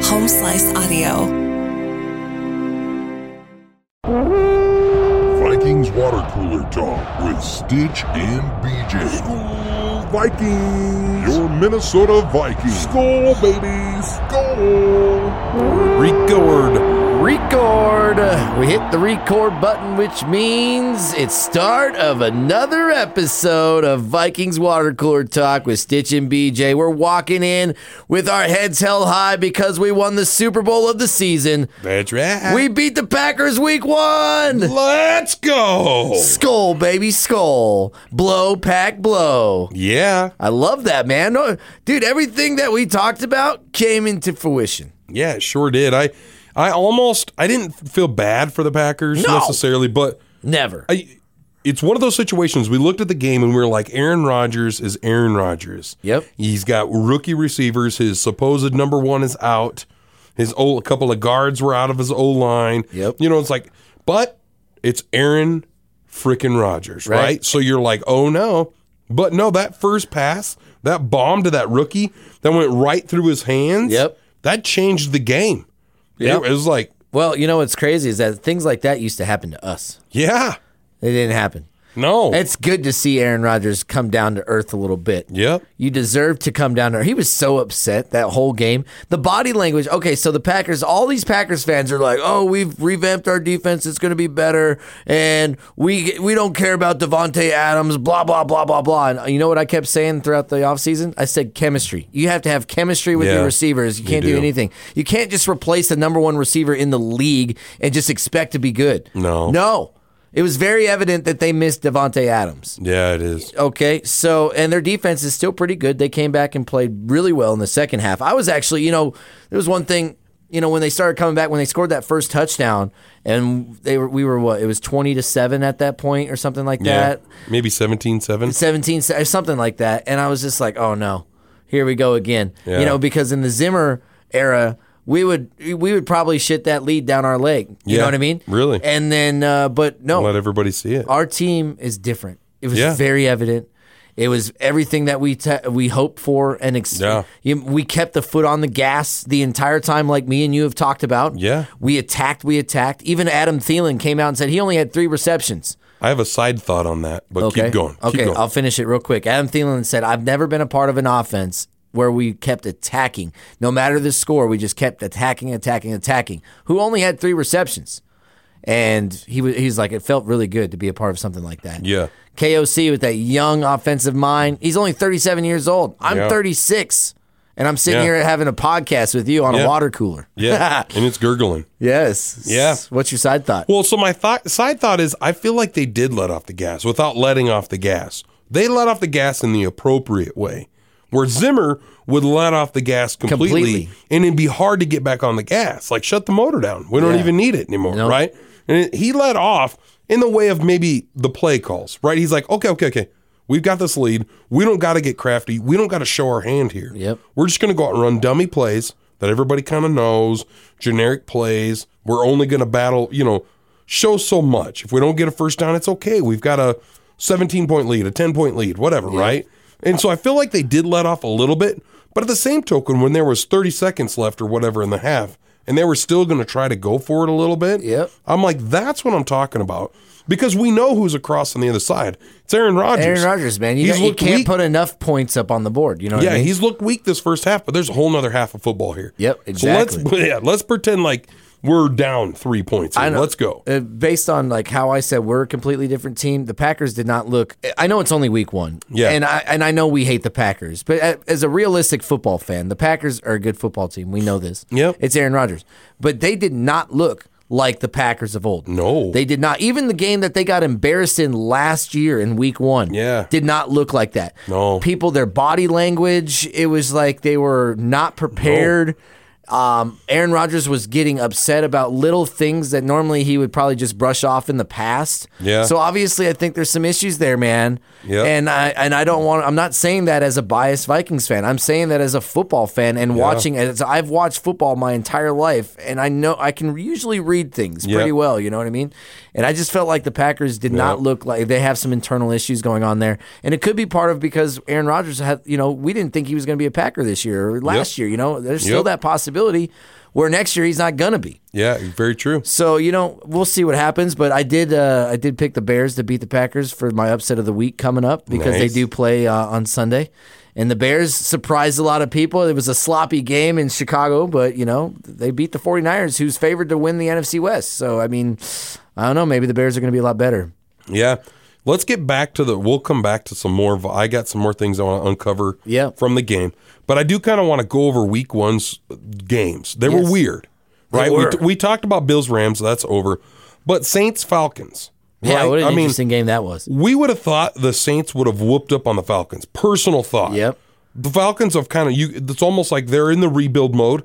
Slice Audio. Vikings Water Cooler Talk with Stitch and BJ. School Vikings! Your Minnesota Vikings! School, baby! School! Record. Record. We hit the record button, which means it's start of another episode of Vikings Water Cooler Talk with Stitch and BJ. We're walking in with our heads held high because we won the Super Bowl of the season. That's right. We beat the Packers week one. let's go. Skull, baby, skull. Blow, pack, blow. Yeah, I love that, man. No- Dude, everything that we talked about came into fruition. yeah, it sure did. I, I almost, I didn't feel bad for the Packers No. necessarily, but Never. I, it's one of those situations. We looked at the game and we were like, Aaron Rodgers is Aaron Rodgers. Yep. He's got rookie receivers. His supposed number one is out. His o, a couple of guards were out of his O line. Yep. You know, it's like, but it's Aaron freaking Rodgers, right. Right. So you're like, oh no. But no, that first pass, that bomb to that rookie that went right through his hands. Yep. That changed the game. Yeah. Yep. It, was like, Well, you know what's crazy is that things like that used to happen to us. yeah. It didn't happen. No. It's good to see Aaron Rodgers come down to earth a little bit. yep. You deserve to come down to earth. He was so upset that whole game. The body language. Okay, so the Packers, all these Packers fans are like, "Oh, we've revamped our defense. It's going to be better, and we we don't care about Devonte Adams." Blah blah blah blah blah. And you know what I kept saying throughout the offseason? I said chemistry. You have to have chemistry with Yeah. your receivers. You can't do. do. anything. You can't just replace the number one receiver in the league and just expect to be good. No. no. It was very evident that they missed Devonte Adams. Yeah, it is. Okay, so and their defense is still pretty good. They came back and played really well in the second half. I was actually, you know, there was one thing, you know, when they started coming back when they scored that first touchdown, and they were we were what it was twenty to seven at that point or something like Yeah. that, Maybe 17 7. seventeen se- or something like that, and I was just like, oh no, here we go again, Yeah. you know, because in the Zimmer era. We would we would probably shit that lead down our leg. You Yeah, know what I mean? really. And then, uh, but no, Let everybody see it. our team is different. It was Yeah. very evident. It was everything that we te- we hoped for and ex- Yeah. you- we kept the foot on the gas the entire time, like me and you have talked about. Yeah. we attacked, we attacked. Even Adam Thielen came out and said he only had three receptions. I have a side thought on that, but Okay, keep going. Okay, keep going. I'll finish it real quick. Adam Thielen said, "I've never been a part of an offense." Where we kept attacking. No matter the score, we just kept attacking, attacking, attacking. Who only had three receptions? And he was, he's like, it felt really good to be a part of something like that. yeah. KOC with that young offensive mind. He's only 37 years old. I'm Yeah. 36, and I'm sitting Yeah. here having a podcast with you on Yeah. a water cooler. Yeah. and it's gurgling. yes. Yeah. What's your side thought? Well, so my thought, side thought is I feel like they did let off the gas without letting off the gas. They let off the gas in the appropriate way, where Zimmer would let off the gas completely, Completely. and it'd be hard to get back on the gas. Like, shut the motor down. We don't Yeah. even need it anymore, Nope. right? And it, he let off in the way of maybe the play calls, right? He's like, okay, okay, okay. We've got this lead. We don't got to get crafty. We don't got to show our hand here. Yep. We're just going to go out and run dummy plays that everybody kind of knows, generic plays. We're only going to battle, you know, show so much. If we don't get a first down, it's okay. We've got a 17 point lead, a 10 point lead, whatever, right? And so I feel like they did let off a little bit, but at the same token, when there was 30 seconds left or whatever in the half, and they were still going to try to go for it a little bit. Yep. I'm like, that's what I'm talking about because we know who's across on the other side. It's Aaron Rodgers. Aaron Rodgers, man, you, He's got- you looked can't weak. put enough points up on the board. You know what Yeah, I mean? he's looked weak this first half, but there's a whole nother half of football here. Yep, So let's yeah, let's pretend like we're down three points. Here. I know. Let's go. Uh, based on like how I said we're a completely different team, the Packers did not look. I know it's only week one, Yeah. and I and I know we hate the Packers, but a- as a realistic football fan, the Packers are a good football team. We know this. Yep. it's Aaron Rodgers, but they did not look like the Packers of old. No. they did not. Even the game that they got embarrassed in last year in Week One, Yeah. did not look like that. No. people, their body language, it was like they were not prepared. Um, Aaron Rodgers was getting upset about little things that normally he would probably just brush off in the past. Yeah. So obviously, I think there's some issues there, man. Yeah. And I and I don't want. I'm not saying that as a biased Vikings fan. I'm saying that as a football fan and watching. As I've watched football my entire life, and I know I can usually read things Yeah. pretty well. You know what I mean? And I just felt like the Packers did not look like they have some internal issues going on there, and it could be part of because Aaron Rodgers had. You know, we didn't think he was going to be a Packer this year or last year. You know, there's still Yep. that possibility. where next year he's not gonna be. Yeah, very true. So you know we'll see what happens, but I did uh, I did pick the Bears to beat the Packers for my upset of the week coming up because Nice. they do play uh, on Sunday, and the Bears surprised a lot of people. It was a sloppy game in Chicago, but you know they beat the 49ers, who's favored to win the NFC West. So I mean, I don't know. Maybe the Bears are going to be a lot better. Yeah. Let's get back to the. We'll come back to some more. of- I got some more things I want to uncover Yeah. from the game, but I do kind of want to go over week one's games. They were Yes. weird, right? were. We, we talked about Bills Rams. That's over, but Saints Falcons. Yeah, right? what an I mean, interesting game that was. we would have thought the Saints would have whooped up on the Falcons. Personal thought. Yep. The Falcons have kind of you. It's almost like they're in the rebuild mode.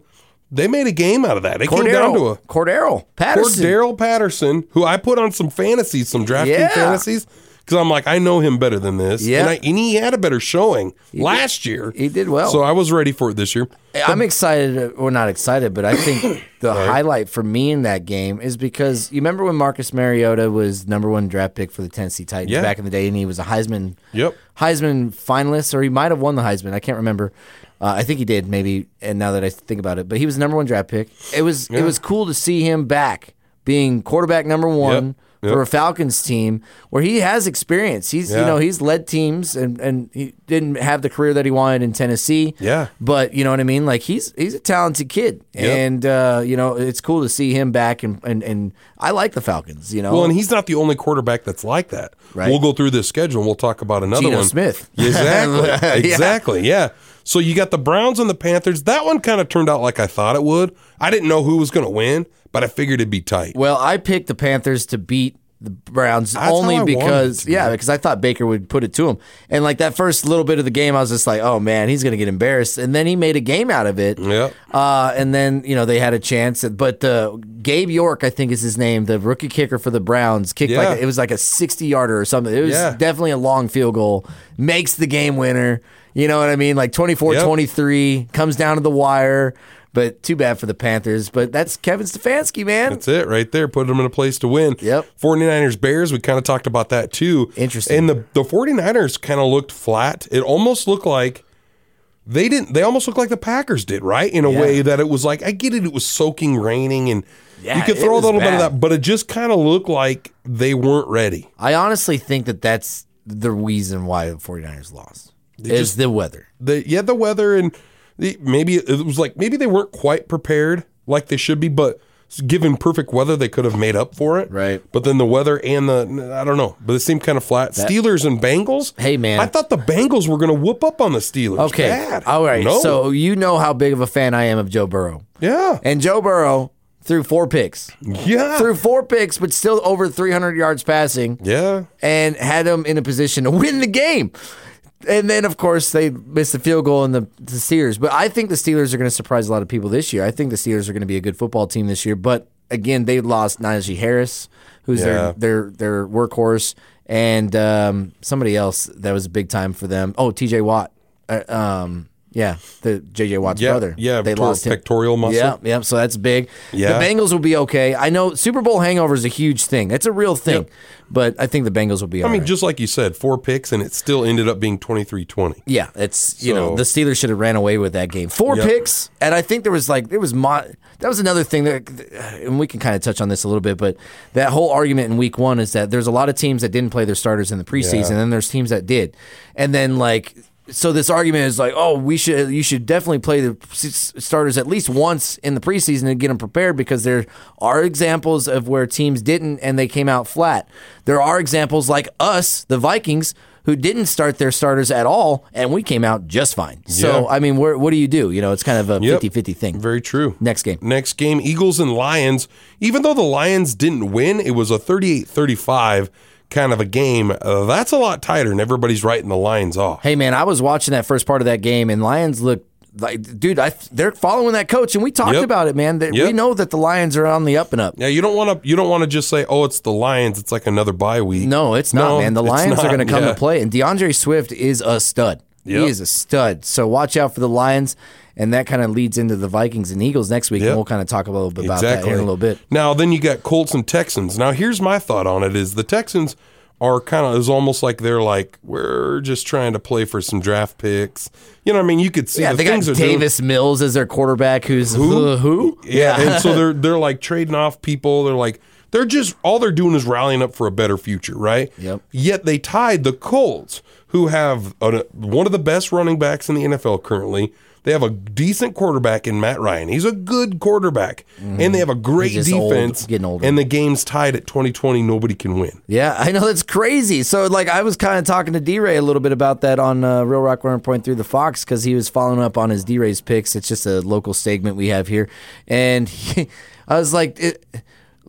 They made a game out of that. It came down to a Cordero, Cordero, Patterson. Cordero Patterson, who I put on some fantasies, some drafting Yeah. fantasies, because I'm like, I know him better than this. Yeah. And, I, and he had a better showing last year. he did well. So I was ready for it this year. I'm excited, or not excited, but I think the highlight for me in that game is because you remember when Marcus Mariota was number one draft pick for the Tennessee Titans Yeah. back in the day, and he was a Heisman, Yep. Heisman finalist, or he might have won the Heisman. I can't remember. Uh, I think he did, maybe. And now that I think about it, but he was the number one draft pick. It was it was cool to see him back being quarterback number one. Yep. For a Falcons team where he has experience, he's you Yeah. know he's led teams and and he didn't have the career that he wanted in Tennessee. Yeah. But you know what I mean? Like he's he's a talented kid, and uh, you know it's cool to see him back. And, and and I like the Falcons. You know, Well, and he's not the only quarterback that's like that. Oh. Right. We'll go through this schedule and we'll talk about another Geno one. Smith. Yeah. Exactly. exactly. Yeah. So you got the Browns and the Panthers. That one kind of turned out like I thought it would. I didn't know who was going to win, but I figured it'd be tight. well, I picked the Panthers to beat the Browns That's only how I wanted because it to yeah, because I thought Baker would put it to him. And like that first little bit of the game, I was just like, oh man, he's gonna get embarrassed. And then he made a game out of it. Yeah. Uh, and then you know they had a chance, but uh, Gabe York, I think is his name, the rookie kicker for the Browns, kicked Yeah. like it was like a sixty yarder or something. It was Yeah. definitely a long field goal, makes the game winner. You know what I mean? Like 24-23, comes down to the wire. But too bad for the Panthers. But that's Kevin Stefanski, man. That's it right there. Put them in a place to win. Yep. 49ers Bears, we kind of talked about that too. Interesting. And the, the 49ers kind of looked flat. It almost looked like they didn't they almost looked like the Packers did, right? In a Yeah. way that it was like I get it, it was soaking raining and Yeah, you could it throw a was little bit of bad. that, but it just kind of looked like they weren't ready. I honestly think that that's the reason why the 49ers lost. Is just- the weather. the yeah the weather and the, maybe it was like maybe they weren't quite prepared like they should be but given perfect weather they could have made up for it Right. but then the weather and the i don't know but it seemed kind of flat steelers and bengals Hey, man. i thought the bengals were going to whoop up on the steelers Okay. Bad. All right. No. So you know how big of a fan I am of Joe Burrow. yeah And Joe Burrow threw four picks. yeah Threw four picks, but still over 300 yards passing yeah and had him in a position to win the game. And then, of course, they missed the field goal in the, the Steelers. But I think the Steelers are going to surprise a lot of people this year. I think the Steelers are going to be a good football team this year. But again, they lost Najee Harris, who's Yeah. their, their their workhorse, and um, somebody else that was big time for them. Oh, T.J. Watt. Uh, um, yeah, the J.J. Watt's Yeah, brother. yeah, they pector- lost him. pectoral muscle. Yeah, yeah. So that's big. Yeah. The Bengals will be okay. I know Super Bowl hangover is a huge thing. That's a real thing. But I think the Bengals will be. i mean just like you said four picks and it still ended up being 23-20 Yeah, it's you know So- the Steelers should have ran away with that game. Four Yep. picks, and I think there was like there was mo- that was another thing that, and we can kind of touch on this a little bit, but that whole argument in Week One is that there's a lot of teams that didn't play their starters in the preseason, and then there's teams that did, and then like so this argument is like, oh, we should you should definitely play the s- starters at least once in the preseason to get them prepared because there are examples of where teams didn't and they came out flat. There are examples like us, the Vikings who didn't start their starters at all, and we came out just fine. So, Yeah. I mean, where, what do you do? You know, it's kind of a Yep. 50 50 thing. very true Next game. Next game, Eagles and Lions. Even though the Lions didn't win, it was a 38 35 kind of a game. Uh, that's a lot tighter, and everybody's writing the Lions off. Hey, man, I was watching that first part of that game, and Lions looked like, dude, I, they're following that coach, and we talked Yep. about it, man. That We Yep. know that the Lions are on the up and up. Now you don't want to you don't want to just say, "Oh, it's the Lions." It's like another bye week. No, it's not, No, man. The it's Lions are not, going to come yeah. to play, and DeAndre Swift is a stud. Yep. He is a stud. So watch out for the Lions, and that kind of leads into the Vikings and Eagles next week, Yep. and we'll kind of talk a little bit about that here in a little bit. Now then you got Colts and Texans. Now here's my thought on it: is the Texans are kind of is almost like they're like we're just trying to play for some draft picks. You know, what I mean, you could see Yeah, the they got things are doing. Davis Mills as their quarterback, who's Who? Uh, who? Yeah, and so they're they're like trading off people. They're like they're just all they're doing is rallying up for a better future, right? Yep. Yet they tied the Colts, who have a, one of the best running backs in the NFL currently. They have a decent quarterback in Matt Ryan. He's a good quarterback, and they have a great Mm-hmm. He's just old, defense. getting older. and the game's tied at twenty twenty. Nobody can win. Yeah, I know that's crazy. So, like, I was kind of talking to D Ray a little bit about that on uh, Real Rock Runner Point Through the Fox because he was following up on his D Ray's picks. It's just a local segment we have here. And he, I was like, it,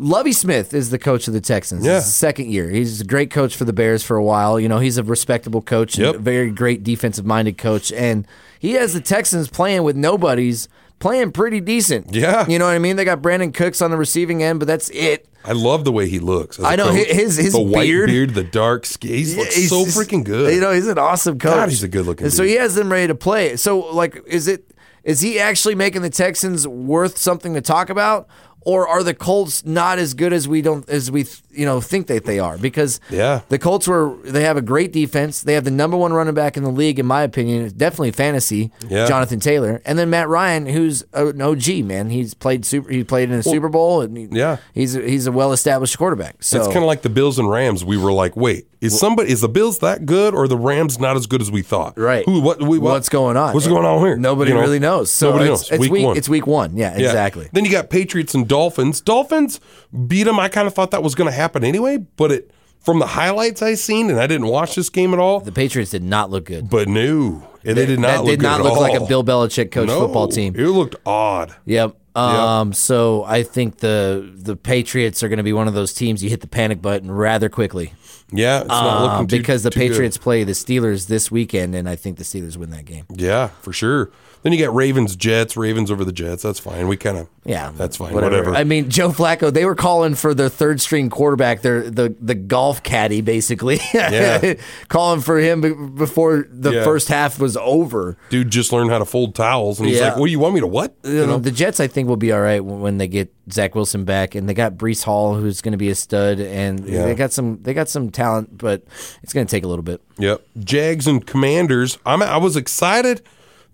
Lovey Smith is the coach of the Texans. Yeah. It's his second year. He's a great coach for the Bears for a while. You know, he's a respectable coach and Yep. a very great defensive minded coach. And he has the Texans playing with nobodies, playing pretty decent. Yeah. You know what I mean? They got Brandon Cooks on the receiving end, but that's it. I love the way he looks. as a I know, coach. his- his the white beard. beard, the dark skin. He looks Yeah, he's so just- freaking good. You know, he's an awesome coach. God, he's a good-looking And so dude. he has them ready to play. So, like, is it is he actually making the Texans worth something to talk about, or are the Colts not as good as we don't as we you know think that they are? Because Yeah. the Colts were they have a great defense. They have the number one running back in the league, in my opinion, definitely fantasy. Yeah. Jonathan Taylor, and then Matt Ryan, who's an OG man. He's played super. He played in a Super Bowl, and he- yeah. he's a, he's a well established quarterback. So It's kind of like the Bills and Rams. We were like, wait, is somebody is the Bills that good or the Rams not as good as we thought? Right. Who? What? We, what- What's going on? What's going on here? Nobody You know? really knows. So nobody it's, knows. It's week, one. It's week one. Yeah, Yeah. exactly. Then you got Patriots and Dolphins. Dolphins beat them. I kind of thought that was going to happen anyway, but it from the highlights I seen, and I didn't watch this game at all. The Patriots did not look good. But no, and they did not that look did good not at look all. like a Bill Belichick coach No, football team. It looked odd. Yep. Um, So I think the the Patriots are going to be one of those teams you hit the panic button rather quickly Yeah, it's not um, looking too, because the too good. Patriots play the Steelers this weekend, and I think the Steelers win that game. Yeah, for sure. Then you got Ravens, Jets, Ravens over the Jets. That's fine. We kind of Yeah, that's fine. Whatever. I mean, Joe Flacco. They were calling for their third string quarterback, their the the golf caddy, basically. Yeah. calling for him be- before the Yeah. first half was over. Dude just learned how to fold towels, and he's Yeah. Uh, like, "Well, you want me to what?" You know? The Jets, I think, will be all right when when they get Zach Wilson back, and they got Brees Hall, who's going to be a stud, and Yeah. they got some they got some talent, but it's going to take a little bit. Yep. Jags and Commanders. I'm I was excited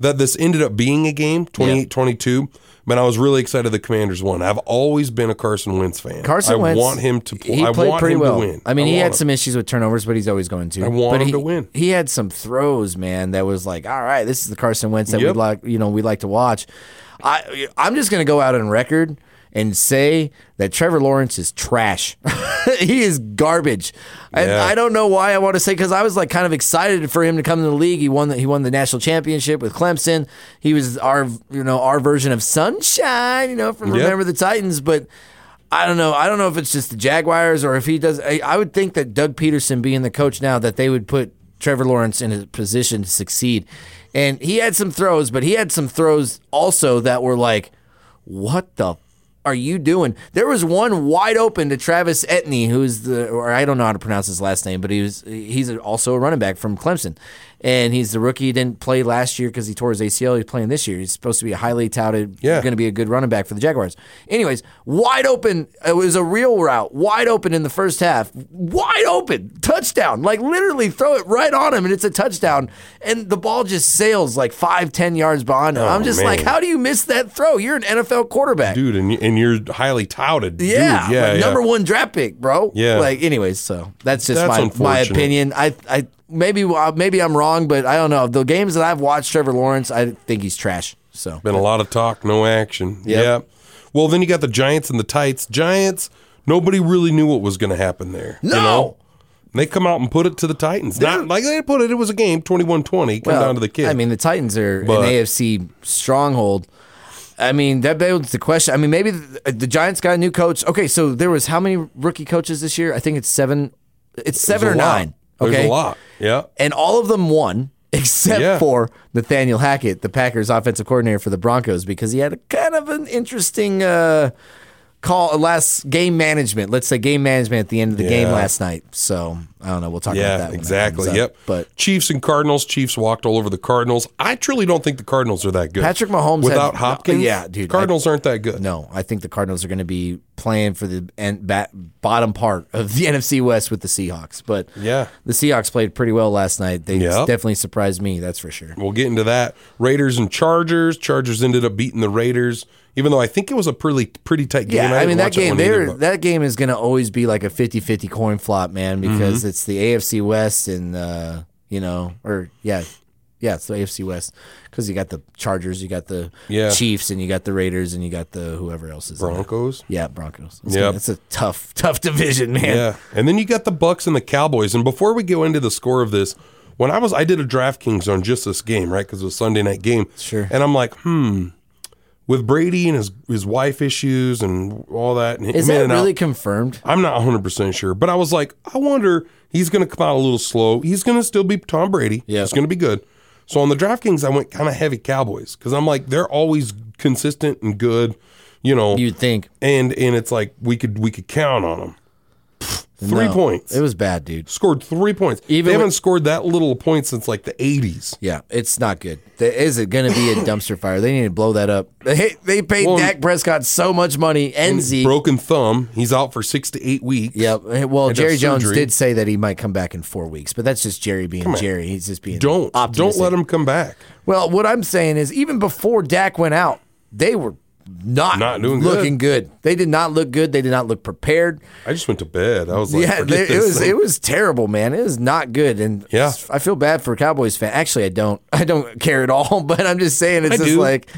that this ended up being a game, 28-22. But I was really excited the Commanders won. I've always been a Carson Wentz fan. Carson I Wentz, want him to play. He I played want pretty him well. to win. I mean, I he want had him. some issues with turnovers, but he's always going to. I want but him he, to win. He had some throws, man, that was like, all right, this is the Carson Wentz that Yep. we like. You know, we like to watch. I I'm just going to go out on record and say that Trevor Lawrence is trash. he is garbage. And Yeah. I don't know why I want to say because I was like kind of excited for him to come to the league. He won the, he won the national championship with Clemson. He was our you know our version of sunshine, you know, from Yeah. Remember the Titans, but I don't know. I don't know if it's just the Jaguars or if he does. I, I would think that Doug Peterson being the coach now that they would put Trevor Lawrence in a position to succeed. And he had some throws, but he had some throws also that were like, what the f- are you doing? There was one wide open to Travis Etney, who's the or I don't know how to pronounce his last name, but he was he's also a running back from Clemson, and he's the rookie. He didn't play last year because he tore his ACL. He's playing this year. He's supposed to be a highly touted, Yeah. going to be a good running back for the Jaguars. Anyways, wide open. It was a real route, wide open in the first half, wide open touchdown. Like literally, throw it right on him, and it's a touchdown. And the ball just sails like five, ten yards behind him. I'm just Oh, man. like, how do you miss that throw? You're an NFL quarterback. dude, and, you- and you're highly touted. Dude, Yeah, yeah, like, yeah. number one draft pick, bro. Yeah. Like, anyways, so that's just That's my my unfortunate. opinion. I I maybe uh, maybe I'm wrong, but I don't know. The games that I've watched, Trevor Lawrence, I think he's trash. So Been a lot of talk, no action. Yeah. Yep. Well, then you got the Giants and the Tights. Giants, nobody really knew what was going to happen there. you No! know? And They come out and put it to the Titans. Not like they put it, it was a game 21 20. Come down to the kid. I mean, the Titans are But- an AFC stronghold. I mean, that begs the question. I mean, maybe the, uh, the Giants got a new coach. Okay, so there was how many rookie coaches this year? I think it's seven. It's seven There's or a lot. nine. Okay, There's a lot. Yeah. and all of them won except Yeah. for Nathaniel Hackett, the Packers offensive coordinator for the Broncos, because he had a kind of an interesting uh, call last game management. Let's say game management at the end of the game Yeah. last night. So I don't know. We'll talk about that. Yeah, when that exactly. comes up. Yep. But Chiefs and Cardinals. Chiefs walked all over the Cardinals. I truly don't think the Cardinals are that good. Patrick Mahomes had- without Hopkins. Yeah, dude, I- Cardinals aren't that good. no, I think the Cardinals are going to be playing for the end, bat, bottom part of the NFC West with the Seahawks. But Yeah. the Seahawks played pretty well last night. They Yep. definitely surprised me. That's for sure. We'll get into that. Raiders and Chargers. Chargers ended up beating the Raiders, even though I think it was a pretty pretty tight game. Yeah, I, didn't mean that watch game one either, there but- that game is going to always be like a 50-50 coin flop, man, Mm-hmm. because it's the AFC West and uh, you know, or yeah. Yeah, it's the AFC West cuz you got the Chargers, you got the Yeah. Chiefs and you got the Raiders and you got the whoever else is in there. Broncos. Yeah, Broncos. It's, Yep. it's a tough tough division, man. Yeah, and then you got the Bucks and the Cowboys. And before we go into the score of this, when I was I did a DraftKings on just this game, right? Because it was a Sunday night game. Sure. And I'm like, hmm, with Brady and his his wife issues and all that. And Is him in that and out, really confirmed? I'm not 100% sure, but I was like, I wonder, he's going to come out a little slow. He's going to still be Tom Brady. Yeah. It's going to be good. So on the DraftKings, I went kind of heavy Cowboys because I'm like, they're always consistent and good, you know. You'd think. and and it's like we could we could count on them. Three No. points. It was bad, dude. Scored three points. Even they haven't with- scored that little point since like the 80s. Yeah, it's not good. Th- Is it going to be a dumpster fire? They need to blow that up. They, they paid Well, Dak Prescott so much money and Zeke. Broken thumb. He's out for six to eight weeks. Yep. Eh, Well, Had to Jerry have Jones surgery. did say that he might come back in four weeks, but that's just Jerry being Jerry. He's just being Don't optimistic. don't let him come back. Well, what I'm saying is, even before Dak went out, they were not Not doing good. looking good. They did not look good. They did not look prepared. I just went to bed. I was like, yeah, forget they- it this was thing. it was terrible, man. It was not good, and Yeah. I feel bad for Cowboys fan. Actually, I don't. I don't care at all. But I'm just saying, it's I just do. like,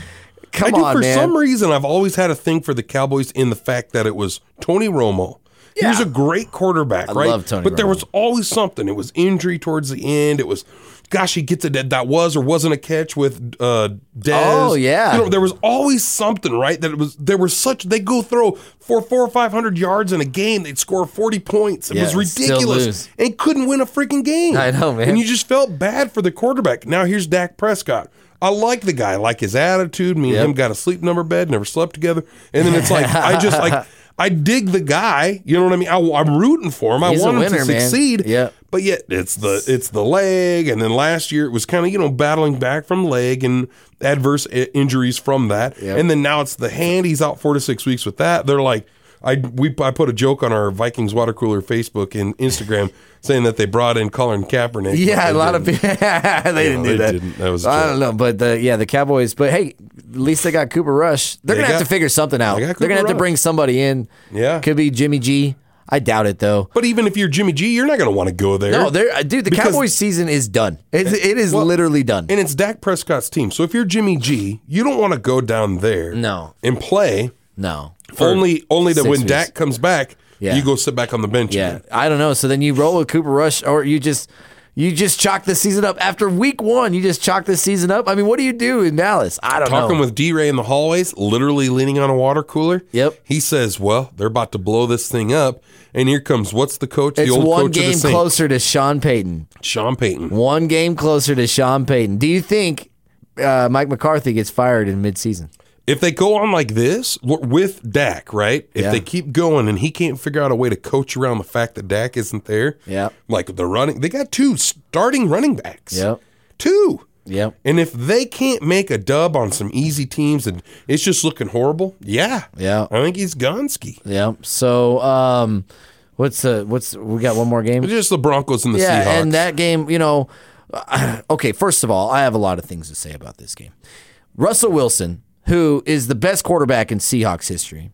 come I do on, for man. some reason I've always had a thing for the Cowboys in the fact that it was Tony Romo. He was a Yeah. great quarterback, right? love Tony but there Romo. was always something. It was injury towards the end. It was, gosh, he gets it that that was or wasn't a catch with uh, Dez. Oh, yeah. you know there was always something, right? That it was there were such they go throw for four or five hundred yards in a game. They'd score forty points. It Yeah, was and still ridiculous lose. and couldn't win a freaking game. I know, man. And you just felt bad for the quarterback. Now here's Dak Prescott. I like the guy, I like his attitude. Me and him got a sleep number bed, never slept together. And then it's like I just like I dig the guy. You know what I mean? I, am rooting for him. I He's a want him winner, to man. succeed. Yeah. But yet it's the it's the leg, and then last year it was kind of you know battling back from leg and adverse i- injuries from that, and then now it's the hand. He's out four to six weeks with that. They're like. I we I put a joke on our Vikings water cooler Facebook and Instagram saying that they brought in Colin Kaepernick. but Yeah, they a lot didn't. of people. they didn't do they that. didn't. That was a I joke. don't know, but the, yeah, the Cowboys. But hey, at least they got Cooper Rush. They're They gonna got- have to figure something out. They they got are gonna have Cooper to bring somebody in. Yeah. could be Jimmy G. I doubt it though. But even if you're Jimmy G, you're not going to want to go there. No, they're uh, dude. The Because- Cowboys season is done. It's, it is literally done. and it's Dak Prescott's team. So if you're Jimmy G, you don't want to go down there. No. and play no, only only that six when weeks. Dak comes back, Yeah. you go sit back on the bench. yeah, again. I don't know. So then you roll with Cooper Rush, or you just you just chalk the season up after week one. You just chalk the season up. I mean, what do you do in Dallas? I don't Talking know. with D Ray in the hallways, literally leaning on a water cooler. Yep. He says, Well, they're about to blow this thing up. And here comes what's the coach? it's the old one coach of game the Saints, closer to Sean Payton. Sean Payton. One game closer to Sean Payton. Do you think uh, Mike McCarthy gets fired in midseason? If they go on like this w- with Dak, right? If Yeah. they keep going and he can't figure out a way to coach around the fact that Dak isn't there, Yep. like the running, they got two starting running backs. Yep. Two. Yep. And if they can't make a dub on some easy teams and it's just looking horrible, yeah. Yeah. I think he's Gonski. Yep. So, um, what's the what's we got one more game? It's just the Broncos and the Yeah, Seahawks. and that game, you know, okay. First of all, I have a lot of things to say about this game. Russell Wilson, who is the best quarterback in Seahawks history,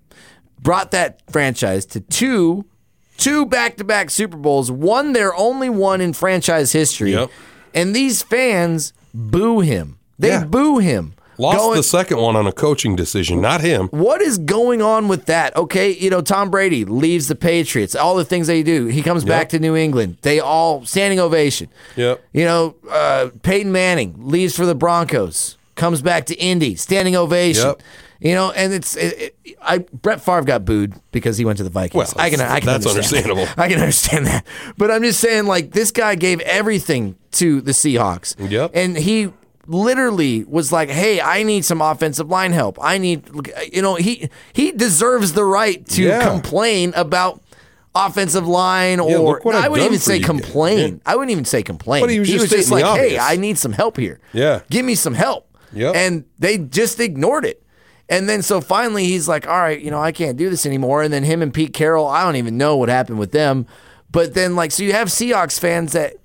brought that franchise to two two back-to-back Super Bowls, won their only one in franchise history. Yep. And these fans boo him. They Yeah. boo him. Lost Going- the second one on a coaching decision, not him. what is going on with that? Okay, you know, Tom Brady leaves the Patriots, all the things they do. He comes back to New England. They all standing ovation. Yep. You know, uh, Peyton Manning leaves for the Broncos, comes back to Indy, standing ovation. Yep. You know, and it's it, it, I Brett Favre got booed because he went to the Vikings. Well, I can, I can that's understand. understandable. I can understand that, but I'm just saying, like this guy gave everything to the Seahawks. Yep. and he literally was like, "Hey, I need some offensive line help. I need, you know, he he deserves the right to Yeah. complain about." Offensive line, or look what I I've wouldn't done even for say you. complain. Yeah. I wouldn't even say complain. But he was just like, stating the "Hey, obvious. I need some help here. Yeah. give me some help." Yep. and they just ignored it. And then so finally he's like, all right, you know, I can't do this anymore. And then him and Pete Carroll, I don't even know what happened with them. But then, like, so you have Seahawks fans that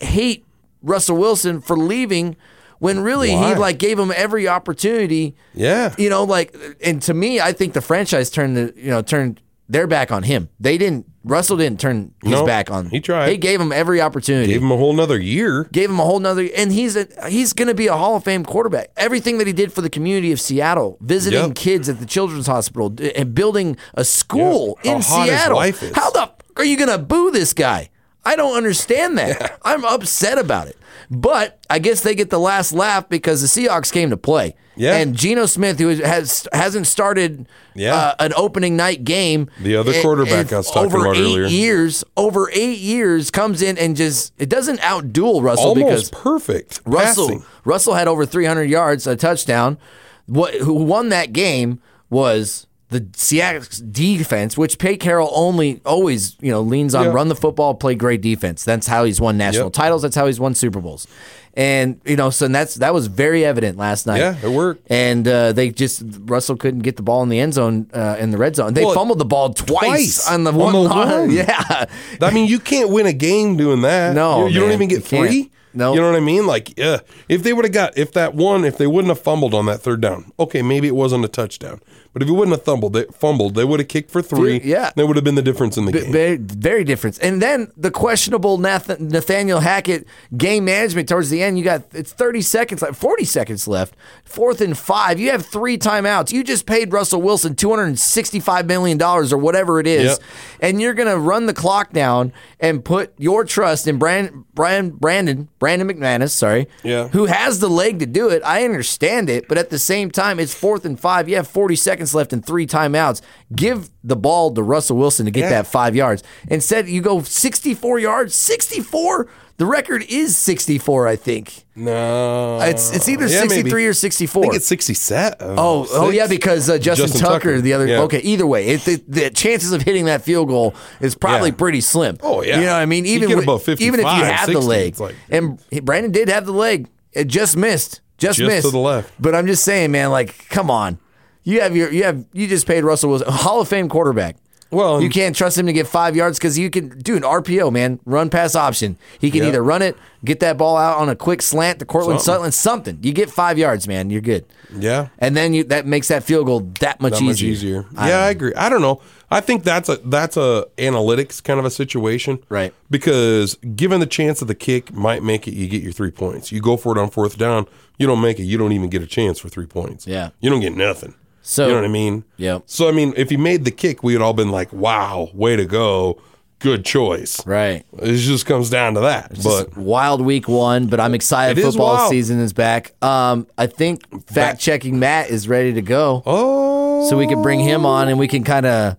hate Russell Wilson for leaving when really he, Why? like, gave him every opportunity Yeah. you know, like, and to me, I think the franchise turned the, you know, turned their back on him. They didn't. Russell didn't turn his No, back on. he tried. They gave him every opportunity. Gave him a whole nother year. gave him a whole nother, and he's a he's going to be a Hall of Fame quarterback. Everything that he did for the community of Seattle, visiting Yep. kids at the children's hospital, d- and building a school Yeah. How in hot his Seattle. wife is. How the f- are you going to boo this guy? I don't understand that. I'm upset about it. But I guess they get the last laugh because the Seahawks came to play. Yeah. And Geno Smith, who has hasn't started Yeah. uh, an opening night game, The other in- quarterback in I was talking over about eight earlier. years, over eight years, comes in and just it doesn't outduel Russell because Almost perfect. Russell passing. Russell had over 300 yards, a touchdown. What who won that game was the Seahawks defense, which Pete Carroll only always you know leans on Yeah. run the football, play great defense. That's how he's won national Yep. titles. That's how he's won Super Bowls. And you know, so that's that was very evident last night. Yeah, it worked. And uh, they just Russell couldn't get the ball in the end zone uh, in the red zone. They Well, fumbled the ball twice, twice on the on one. the line. one. Yeah, I mean, you can't win a game doing that. No, you, you don't man, even you get can't. three. No. you know what I mean. Like, yeah, if they would have got if that one, if they wouldn't have fumbled on that third down, okay, maybe it wasn't a touchdown. But if you wouldn't have fumbled, they fumbled, they would have kicked for three. Dude, yeah. that would have been the difference in the game. Very, very different. And then the questionable Nath- Nathaniel Hackett game management towards the end. You got it's thirty seconds, like forty seconds left. Fourth and five. You have three timeouts. You just paid Russell Wilson two hundred and sixty-five million dollars or whatever it is, Yep. and you're gonna run the clock down and put your trust in Brand, Brand, Brandon Brandon McManus. Sorry, Yeah. who has the leg to do it. I understand it, but at the same time, it's fourth and five. You have 40 seconds left and three timeouts. Give the ball to Russell Wilson to get Yeah. that five yards. Instead, you go 64 yards. 64? The record is 64, I think. no, It's it's either Yeah, maybe. 63 or I 64. think it's sixty-seven. Oh, oh yeah, because uh, Justin, Justin Tucker, Tucker, the other. yeah. Okay, either way, it, the, the chances of hitting that field goal is probably Yeah. pretty slim. Oh, yeah. you know what I mean. You Even get with- above even if you 55, have the 60, leg, it's like- and he- Brandon did have the leg, it just missed, just, Just to missed the left. But I'm just saying, man, like, come on, you have your you have you just paid Russell Wilson, Hall of Fame quarterback. Well, you and- can't trust him to get five yards because you can do an RPO, man, run pass option. He can Yep. either run it, get that ball out on a quick slant to Cortland Something. Sutton, something. You get five yards, man, you're good. yeah. And then you, that makes that field goal that much that much easier. easier. yeah, I agree. I don't know. I think that's a that's a analytics kind of a situation, Right. Because given the chance of the kick might make it, you get your three points. You go for it on fourth down, you don't make it, you don't even get a chance for three points. Yeah. you don't get nothing. So- you know what I mean? Yep. So I mean, if you made the kick, we would all been like, "Wow, way to go, good choice." Right. It just comes down to that. but Just wild week one, but I'm excited. It is Football wild. season is back. Um, I think fact checking Matt is ready to go, oh, so we can bring him on and we can kind of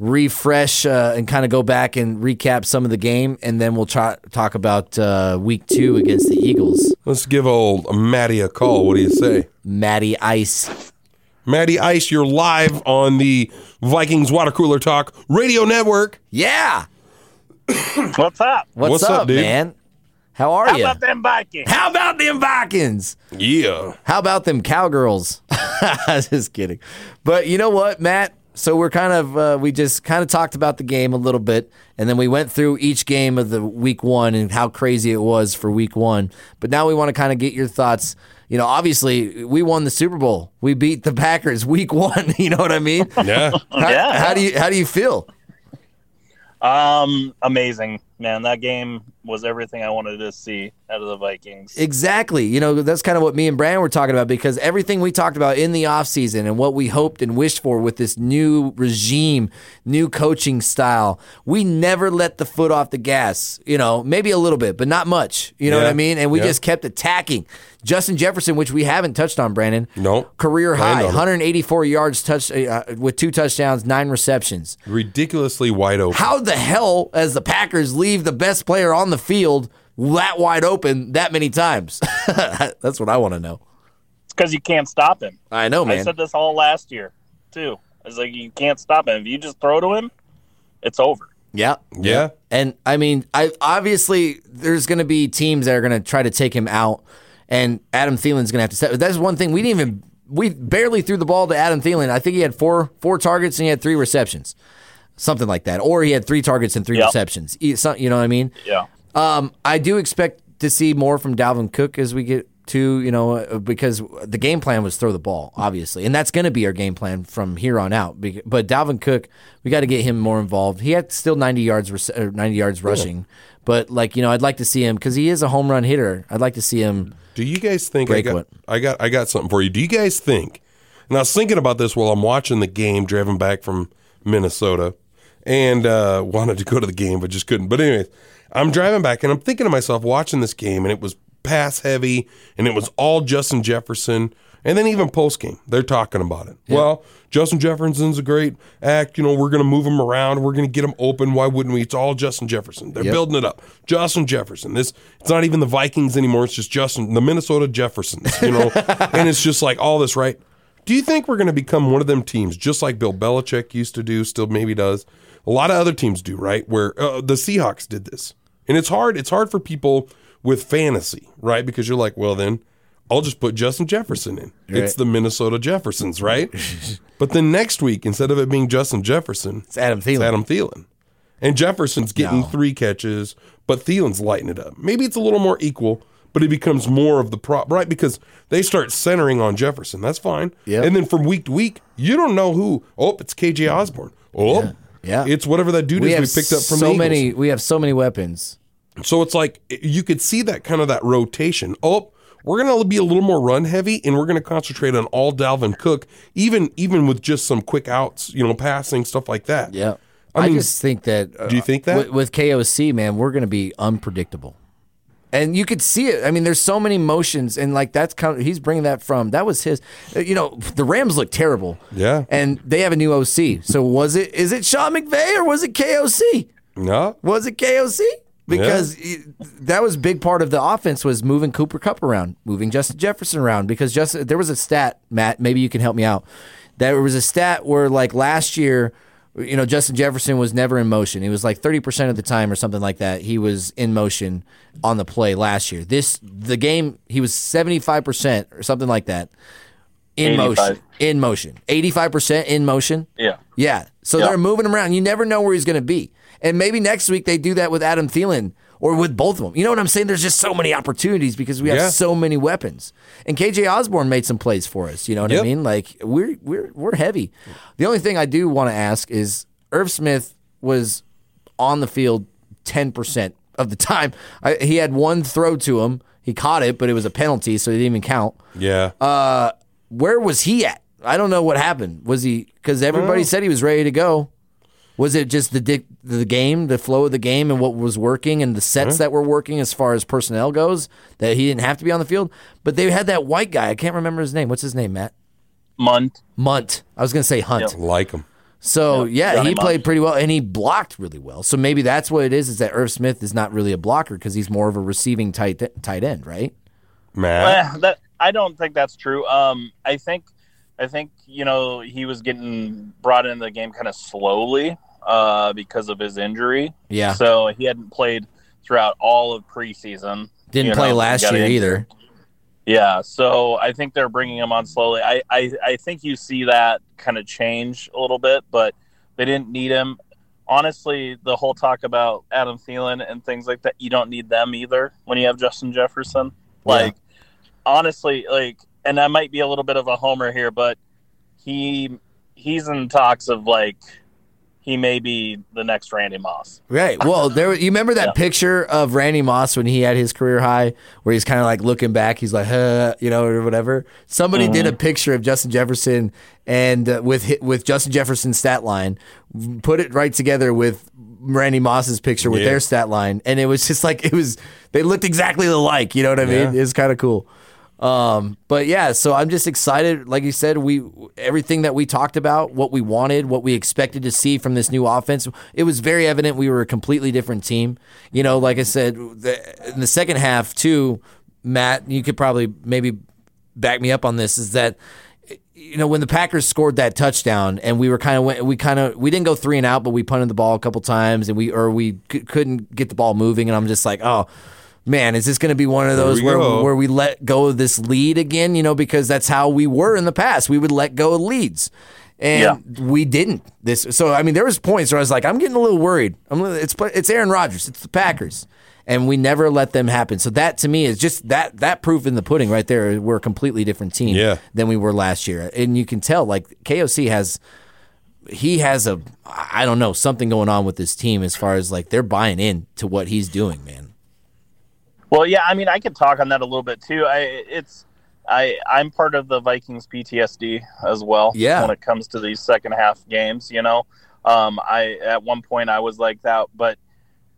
refresh uh, and kind of go back and recap some of the game, and then we'll try, talk about uh, week two against the Eagles. let's give old Matty a call. What do you say? Matty Ice. Maddie Ice, you're live on the Vikings Water Cooler Talk Radio Network. Yeah. What's up? What's, What's up, dude? man? How are How you? about them Vikings? How about them Vikings? Yeah. How about them cowgirls? just kidding. But you know what, Matt? So we're kind of uh, we just kind of talked about the game a little bit, and then we went through each game of the week one and how crazy it was for week one. But now we want to kind of get your thoughts. You know, obviously we won the Super Bowl. We beat the Packers week one. You know what I mean? Yeah. How, Yeah. how do you how do you feel? Um, amazing, man. That game was everything I wanted to see out of the Vikings. Exactly. You know, that's kind of what me and Brand were talking about because everything we talked about in the offseason and what we hoped and wished for with this new regime, new coaching style, we never let the foot off the gas. You know, maybe a little bit, but not much. You know Yeah. what I mean? And we Yeah. just kept attacking. Justin Jefferson, which we haven't touched on, Brandon. Nope. Career Land high, on it. 184 yards touch, uh, with two touchdowns, nine receptions Ridiculously wide open. how the hell as the Packers leave the best player on the field that wide open that many times? That's what I want to know. It's because you can't stop him. I know, I man. said this all last year too. It's like you can't stop him. If you just throw to him, it's over. yeah. Yeah. And I mean, I obviously there's going to be teams that are going to try to take him out, and Adam Thielen's going to have to step. That's one thing we didn't even we barely threw the ball to Adam Thielen. I think he had four four targets and he had three receptions, something like that, or he had three targets and three Yeah. receptions. E- some- You know what I mean? Yeah. Um, I do expect to see more from Dalvin Cook as we get to you know uh, because the game plan was throw the ball obviously, and that's going to be our game plan from here on out. Bec- But Dalvin Cook, we got to get him more involved. He had still ninety yards rec- or ninety yards rushing, but like you know, I'd like to see him because he is a home run hitter. I'd like to see him. Do you guys think I Break got, what? I got I got something for you? Do you guys think? And I was thinking about this while I'm watching the game, driving back from Minnesota, and uh, wanted to go to the game but just couldn't. But anyways, I'm driving back and I'm thinking to myself, watching this game, and it was pass heavy, and it was all Justin Jefferson. And then even post game, they're talking about it. Well, Justin Jefferson's a great act. You know, we're going to move him around. We're going to get him open. Why wouldn't we? It's all Justin Jefferson. They're building it up. Justin Jefferson. This it's not even the Vikings anymore. It's just Justin, the Minnesota Jeffersons. You know, and it's just like all this, right? Do you think we're going to become one of them teams, just like Bill Belichick used to do, still maybe does? A lot of other teams do, right? Where uh, the Seahawks did this, and it's hard. It's hard for people with fantasy, right? Because you're like, well, then I'll just put Justin Jefferson in. It's the Minnesota Jeffersons, right? but then next week, instead of it being Justin Jefferson, It's Adam Thielen. it's Adam Thielen. And Jefferson's getting No. three catches, but Thielen's lighting it up. Maybe it's a little more equal, but it becomes more of the prop, right? Because they start centering on Jefferson. That's fine. Yeah. And then from week to week, you don't know who. Oh, it's KJ Osborne. Oh, Yeah. It's whatever that dude We is have we picked up from the so Eagles. many. We have so many weapons. So it's like i- you could see that kind of that rotation. Oh, we're going to be a little more run heavy, and we're going to concentrate on all Dalvin Cook, even even with just some quick outs, you know, passing stuff like that. Yeah. I I, mean, just think that. uh, do you think that? with, with KOC, man, we're going to be unpredictable, and you could see it. I mean, there's so many motions, and like that's kind of, he's bringing that from. That was his. uh, You know, the Rams look terrible. Yeah. and they have a new OC. So was it is it Sean McVay or was it KOC? No, Was it KOC? Because it- that was a big part of the offense was moving Cooper Cup around, moving Justin Jefferson around. Because Justin, there was a stat, Matt. Maybe you can help me out. There was a stat where like last year, you know, Justin Jefferson was never in motion. He was like thirty percent of the time or something like that. He was in motion on the play last year. This the game he was seventy five percent or something like that in 85. motion. In motion, eighty five percent in motion. Yeah. Yeah. So Yeah. they're moving him around. You never know where he's going to be. And maybe next week they do that with Adam Thielen or with both of them. You know what I'm saying? There's just so many opportunities because we have Yeah. so many weapons. And KJ Osborne made some plays for us. You know what Yep. I mean? Like we're we're we're heavy. The only thing I do want to ask is Irv Smith was on the field 10% of the time. I, he had one throw to him. He caught it, but it was a penalty, so it didn't even count yeah. Uh, where was he at? I don't know what happened. Was he because everybody said he was ready to go? Was it just the dic- the game, the flow of the game, and what was working, and the sets that were working as far as personnel goes that he didn't have to be on the field? But they had that white guy. I can't remember his name. What's his name, Matt? Munt. Munt. I was gonna say Hunt. like him. So yeah, Johnny he Munt. played pretty well, and he blocked really well. So maybe that's what it is: is that Irv Smith is not really a blocker because he's more of a receiving tight tight end, right? Matt. Eh, that I don't think that's true. Um, I think, I think you know he was getting brought into the game kind of slowly uh, because of his injury. Yeah, So he hadn't played throughout all of preseason. didn't you play know, last got year injured. either. Yeah, so I think they're bringing him on slowly. I, I, I think you see that kind of change a little bit, but they didn't need him. Honestly, the whole talk about Adam Thielen and things like that, you don't need them either when you have Justin Jefferson. Like, honestly, like, and I might be a little bit of a homer here, but he he's in talks of like he may be the next Randy Moss. Right. Well, there you remember that Yeah. picture of Randy Moss when he had his career high, where he's kind of like looking back. He's like, huh, you know, or whatever. Somebody did Mm-hmm. a picture of Justin Jefferson and uh, with hi- with Justin Jefferson's stat line, put it right together with Randy Moss's picture with Yeah. their stat line, and it was just like it was. They looked exactly alike. You know what I Yeah. mean? It was kind of cool. Um, but yeah, so I'm just excited. Like you said, we everything that we talked about, what we wanted, what we expected to see from this new offense, it was very evident we were a completely different team. You know, like I said, the, in the second half too, Matt, you could probably maybe back me up on this. Is that you know when the Packers scored that touchdown and we were kind of went we kind of we didn't go three and out, but we punted the ball a couple times and we or we c- couldn't get the ball moving, and I'm just like, oh. man, is this going to be one of those we where, go. where we let go of this lead again? You know, because that's how we were in the past. We would let go of leads. And we didn't this. So I mean, there was points where I was like, I'm getting a little worried. I'm, li- it's it's Aaron Rodgers. It's the Packers, and we never let them happen. So that to me is just that that proof in the pudding right there. We're a completely different team Yeah. than we were last year, and you can tell like KOC has he has a I don't know something going on with this team as far as like they're buying in to what he's doing, man. Well, yeah, I mean, I could talk on that a little bit too. I it's I I'm part of the Vikings PTSD as well. Yeah. when it comes to these second half games, you know, um, I at one point I was like that, but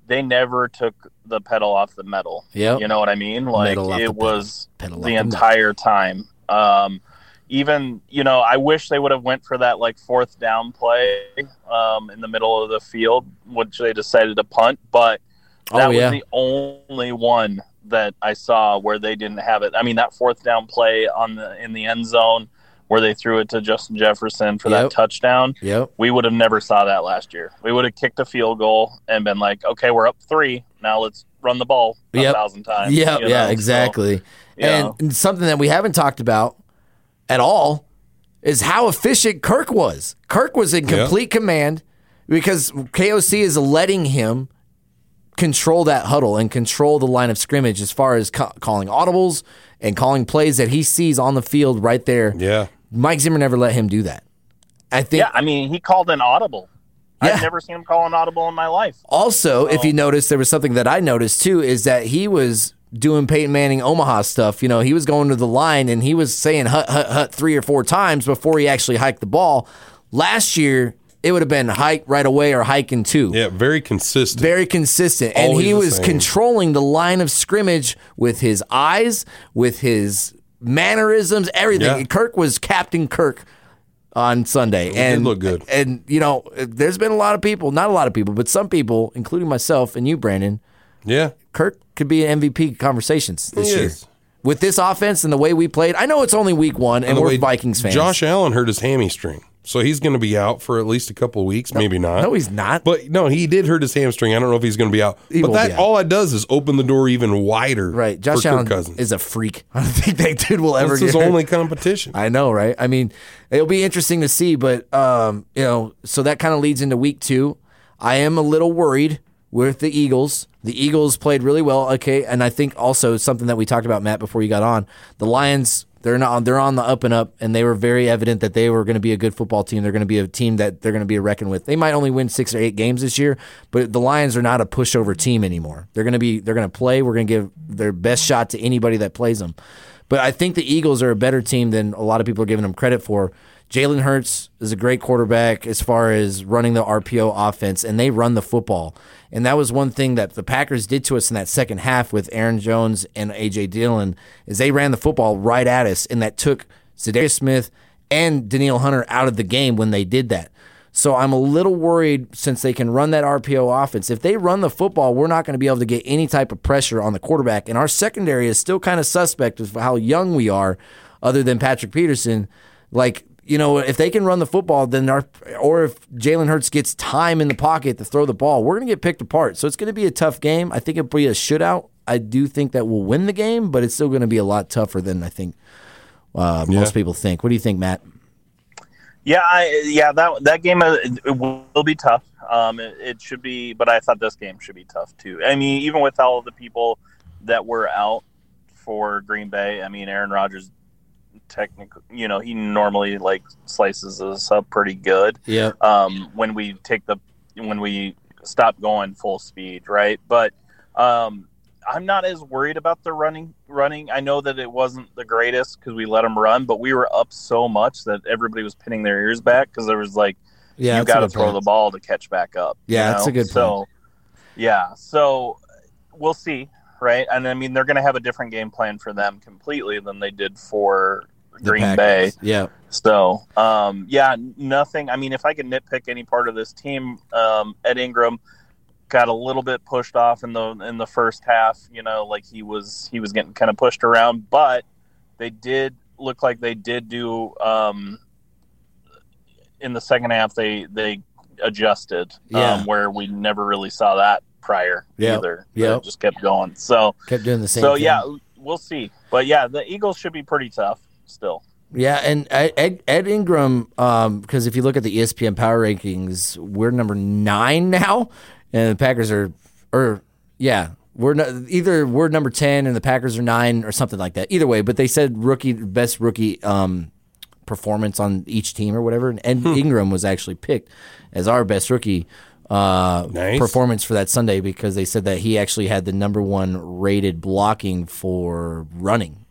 they never took the pedal off the metal. Yep. you know what I mean. Like Oh. Metal off the it pedal. was Pedal off the the metal. entire time. Um, even you know, I wish they would have went for that like fourth down play um, in the middle of the field, which they decided to punt, but. That oh yeah, was the only one that I saw where they didn't have it. I mean, that fourth down play on the in the end zone where they threw it to Justin Jefferson for Yep. that touchdown. yep. We would have never saw that last year. We would have kicked a field goal and been like, "Okay, we're up three. Now let's run the ball a Yep. thousand times." Yeah, you yeah, know? So, exactly. yeah. And, and something that we haven't talked about at all is how efficient Kirk was. Kirk was in Yeah. complete command because KOC is letting him control that huddle and control the line of scrimmage as far as ca- calling audibles and calling plays that he sees on the field right there. Yeah. Mike Zimmer never let him do that. I think yeah, I mean, he called an audible. Yeah. I've never seen him call an audible in my life. Also, if you notice, there was something that I noticed too is that he was doing Peyton Manning Omaha stuff. You know, he was going to the line and he was saying hut, hut, hut three or four times before he actually hiked the ball. Last year, it would have been hike right away or hike in two. Yeah, very consistent. Very consistent. And Always he the was same. controlling the line of scrimmage with his eyes, with his mannerisms, everything. Yeah. Kirk was Captain Kirk on Sunday. and look good. And you know, there's been a lot of people, not a lot of people, but some people, including myself and you, Brandon, yeah. Kirk could be in MVP conversations this He year. is. With this offense and the way we played, I know it's only week one, and By the we're way, Vikings fans. Josh Allen hurt his hamstring, so he's going to be out for at least a couple of weeks, maybe not. no, he's not. But no, he did hurt his hamstring. I don't know if he's going to be out. but won't that be out. all that does is open the door even wider. right, Josh for Allen Kirk Cousins. is a freak. I don't think that dude will ever That's get his hurt. only competition. I know, right? I mean, it'll be interesting to see, but um, you know, so that kind of leads into week two. I am a little worried with the Eagles. The Eagles played really well, okay, and I think also something that we talked about, Matt, before you got on. The Lions, they're not, they're on the up and up, and they were very evident that they were going to be a good football team. They're going to be a team that they're going to be a reckoned with. They might only win six or eight games this year, but the Lions are not a pushover team anymore. They're going to be, they're going to play. We're going to give their best shot to anybody that plays them. But I think the Eagles are a better team than a lot of people are giving them credit for. Jalen Hurts is a great quarterback as far as running the RPO offense, and they run the football. And that was one thing that the Packers did to us in that second half with Aaron Jones and AJ Dillon is they ran the football right at us, and that took Zadarius Smith and Daniil Hunter out of the game when they did that. So I'm a little worried since they can run that RPO offense. If they run the football, we're not going to be able to get any type of pressure on the quarterback. And our secondary is still kind of suspect of how young we are, other than Patrick Peterson. Like, you know, if they can run the football, then our, or if Jalen Hurts gets time in the pocket to throw the ball, we're going to get picked apart. So it's going to be a tough game. I think it'll be a shootout. I do think that we'll win the game, but it's still going to be a lot tougher than I think uh, most people think. What do you think, Matt? Yeah, I, yeah, that that game uh, it will be tough. Um, it, it should be, but I thought this game should be tough too. I mean, even with all the people that were out for Green Bay, I mean, Aaron Rodgers, technically, you know, he normally like slices us up pretty good Yeah. um, when we take the when we stop going full speed, right? But um, I'm not as worried about the running. Running, I know that it wasn't the greatest because we let them run, but we were up so much that everybody was pinning their ears back because there was like Yeah. you that's a got to good throw point. the ball to catch back up. you Yeah, that's know? a good So, yeah, so we'll see, right? And I mean, they're going to have a different game plan for them completely than they did for The Green Bay. Packers. Yeah. So, um, yeah, nothing. I mean, if I could nitpick any part of this team, um, Ed Ingram got a little bit pushed off in the in the first half. You know, like he was he was getting kind of pushed around, but they did look like they did do um, in the second half. They they adjusted, Yeah. um, where we never really saw that prior Yeah. either. Yeah. They just kept going. So Kept doing the same. so thing. yeah, we'll see. But yeah, the Eagles should be pretty tough still. Yeah, and E-, Ed, Ed Ingram, because if you look at the E ESPN Power Rankings, we're number nine now, and the Packers are, or yeah, we're no, either we're number ten and the Packers are nine or something like that. Either way, but they said rookie best rookie um, performance on each team or whatever, and Ed Ingram was actually picked as our best rookie uh, Nice. performance for that Sunday because they said that he actually had the number one rated blocking for running,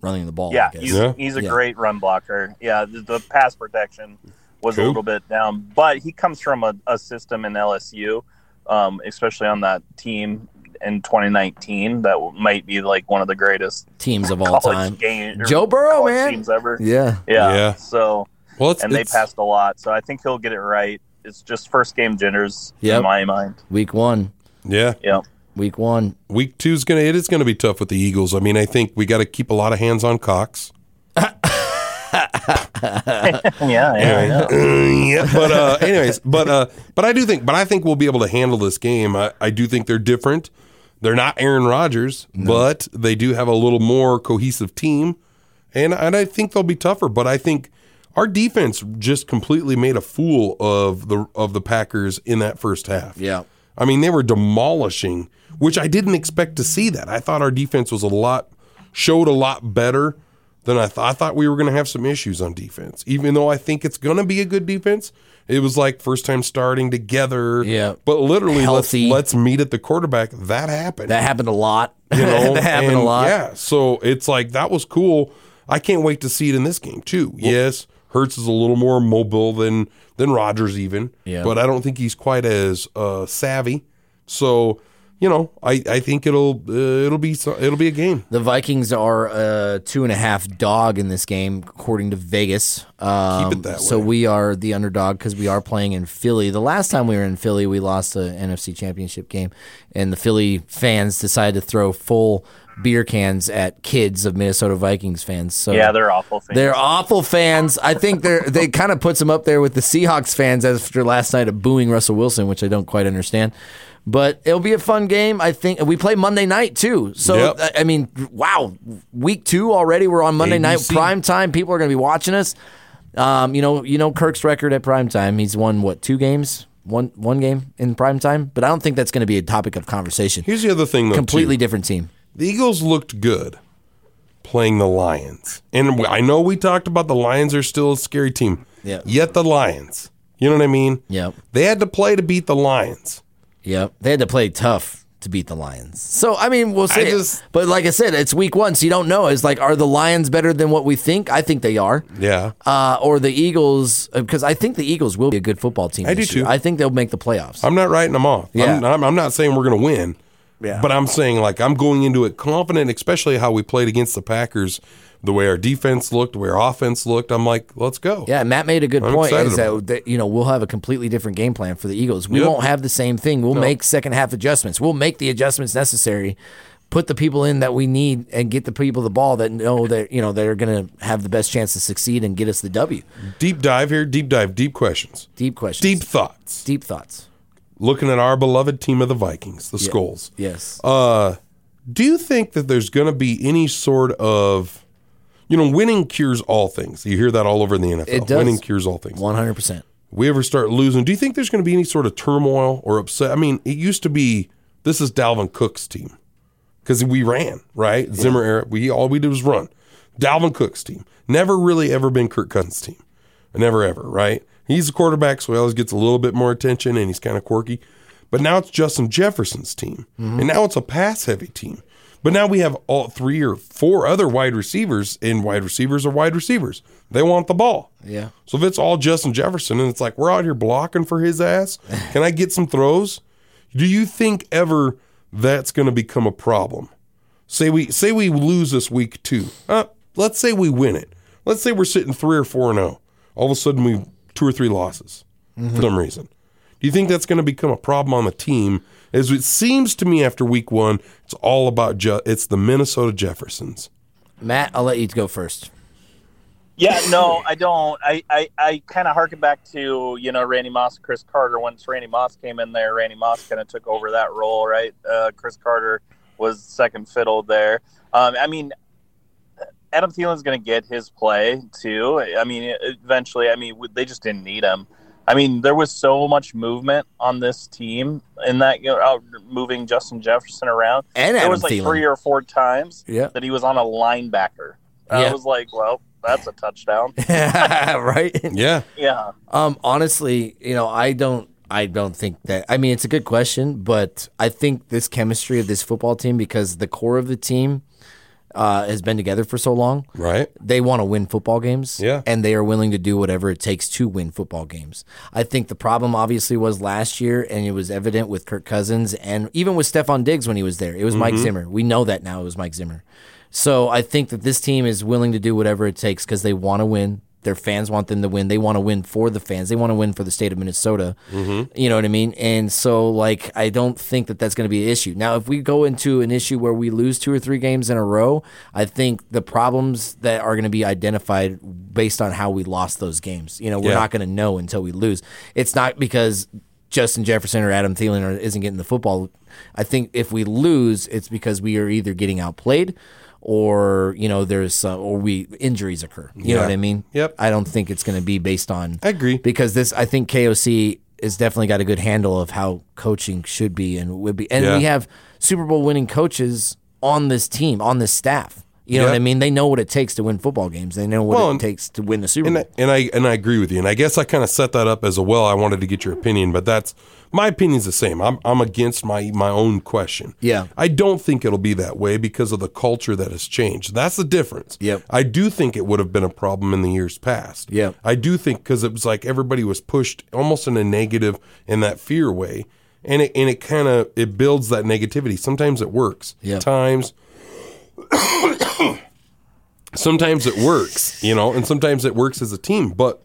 running the ball. Yeah, I guess. he's, Yeah. he's a Yeah. great run blocker. Yeah, the, the pass protection was Cool. a little bit down, but he comes from a, a system in LSU, um, especially on that team in 2019 that w- might be like one of the greatest teams of all college time. game- or Joe Burrow, college man. teams ever. Yeah. Yeah. Yeah. So Well, it's, and they it's- passed a lot, so I think he'll get it right. It's just first game jitters Yep. in my mind. Week one. Yeah, Yeah. Week one. week two's gonna it is gonna be tough with the Eagles. I mean, I think we got to keep a lot of hands on Cox. Yeah. Yeah. Anyway, yeah, but uh, anyways, but uh, but I do think, but I think we'll be able to handle this game. I, I do think they're different. They're not Aaron Rodgers, but they do have a little more cohesive team, and and I think they'll be tougher. But I think our defense just completely made a fool of the of the Packers in that first half. Yeah. I mean, they were demolishing, which I didn't expect to see that. I thought our defense was a lot showed a lot better than I thought. I thought we were going to have some issues on defense, even though I think it's going to be a good defense. It was like first time starting together. Yeah. But literally, let's, Healthy. let's meet at the quarterback. That happened. That happened a lot. you know? that happened a And, lot. Yeah. So it's like that was cool. I can't wait to see it in this game too. yes, Hertz is a little more mobile than than Rogers even. Yeah. But I don't think he's quite as uh, savvy. So you know, I, I think it'll uh, it'll be so, it'll be a game. The Vikings are a two and a half dog in this game, according to Vegas. Um, Keep it that So way. we are the underdog because we are playing in Philly. The last time we were in Philly, we lost the NFC Championship game, and the Philly fans decided to throw full beer cans at kids of Minnesota Vikings fans. So Yeah, they're awful things. They're awful fans. I think they're they kind of puts them up there with the Seahawks fans after last night of booing Russell Wilson, which I don't quite understand. But it'll be a fun game. I think we play Monday night too. So Yep. I- I mean, wow, week two already. We're on Monday night ABC. prime time. People are going to be watching us. Um, you know, you know Kirk's record at prime time. He's won what two games? One one game in prime time. But I don't think that's going to be a topic of conversation. Here's the other thing though. too. Completely different team. The Eagles looked good playing the Lions. And I know we talked about the Lions are still a scary team. Yeah. Yet the Lions. You know what I mean? Yep. They had to play to beat the Lions. Yep. They had to play tough to beat the Lions. So I mean, we'll see. just- but like I said, it's week one, so you don't know. It's like, are the Lions better than what we think? I think they are. Yeah. Uh, or the Eagles, because I think the Eagles will be a good football team. I this do year. too. Uh, I think they'll make the playoffs. I'm not writing them off. Yeah. I'm, I'm, I'm not saying we're going to win. Yeah. But I'm saying like I'm going into it confident, especially how we played against the Packers, the way our defense looked, the way our offense looked. I'm like, let's go. Yeah, Matt made a good I'm point. excited Is that, that you know we'll have a completely different game plan for the Eagles. We Yep. won't have the same thing. We'll make second half adjustments. We'll make the adjustments necessary, put the people in that we need, and get the people the ball that know that you know they're going to have the best chance to succeed and get us the W. Deep dive here. Deep dive. Deep questions. Deep questions. Deep thoughts. deep thoughts. Looking at our beloved team of the Vikings, the Skulls. Yes. Do you think that there's going to be any sort of, you know, winning cures all things? You hear that all over in the NFL. It does. Winning cures all things. One hundred percent. We ever start losing? Do you think there's going to be any sort of turmoil or upset? I mean, it used to be this is Dalvin Cook's team because we ran right Zimmer era. We all we did was run. Dalvin Cook's team never really ever been Kirk Cousins' team, never ever right. He's a quarterback, so he always gets a little bit more attention, and he's kind of quirky. But now it's Justin Jefferson's team, and now it's a pass-heavy team. But now we have all three or four other wide receivers, and wide receivers are wide receivers. They want the ball. Yeah. So if it's all Justin Jefferson and it's like we're out here blocking for his ass, can I get some throws? Do you think ever that's going to become a problem? Say we say we lose this week too. Uh, let's say we win it. Let's say we're sitting three or four and zero. All of a sudden we two or three losses for some reason. Do you think that's going to become a problem on the team? As it seems to me after week one, it's all about Je- it's the Minnesota Jeffersons. Matt, I'll let you go first. Yeah, no, I don't. I, I, I kind of harken back to, you know, Randy Moss, Chris Carter. Once Randy Moss came in there, Randy Moss kind of took over that role, right? Uh, Chris Carter was second fiddle there. Um, I mean, Adam Thielen's going to get his play, too. I mean, e, eventually, I mean, w- they just didn't need him. I mean, there was so much movement on this team in that, you know, out moving Justin Jefferson around. And There Adam was like Thielen. three or four times Yeah. that he was on a linebacker. I Yeah. was like, well, that's a touchdown. right? Yeah. Yeah. Um, honestly, you know, I don't, I don't think that. I mean, it's a good question, but I think this chemistry of this football team, because the core of the team uh, has been together for so long, Right. they want to win football games. Yeah. and they are willing to do whatever it takes to win football games. I think the problem obviously was last year, and it was evident with Kirk Cousins and even with Stephon Diggs when he was there. It was Mike Zimmer. We know that now. It was Mike Zimmer. So I think that this team is willing to do whatever it takes because they want to win. Their fans want them to win. They want to win for the fans. They want to win for the state of Minnesota. Mm-hmm. You know what I mean? And so, like, I don't think that that's going to be an issue. Now, if we go into an issue where we lose two or three games in a row, I think the problems that are going to be identified based on how we lost those games. You know, we're Yeah. not going to know until we lose. It's not because Justin Jefferson or Adam Thielen are, isn't getting the football. I think if we lose, it's because we are either getting outplayed. Or you know, there's uh, or we injuries occur. You know Yeah. what I mean? Yep. I don't think it's going to be based on I agree. because this I think KOC has definitely got a good handle of how coaching should be and would be. And Yeah. we have Super Bowl winning coaches on this team, on this staff. You know Yeah. what I mean? They know what it takes to win football games. They know what Well, it and- takes to win the Super and Bowl. I, and I and I agree with you. And I guess I kind of set that up as a well. I wanted to get your opinion, but that's my opinion's the same. I'm I'm against my my own question. Yeah. I don't think it'll be that way because of the culture that has changed. That's the difference. Yep. I do think it would have been a problem in the years past. Yep. I do think because it was like everybody was pushed almost in a negative in that fear way, and it and it kind of it builds that negativity. Sometimes it works. Yep. Times sometimes it works, you know, and sometimes it works as a team. But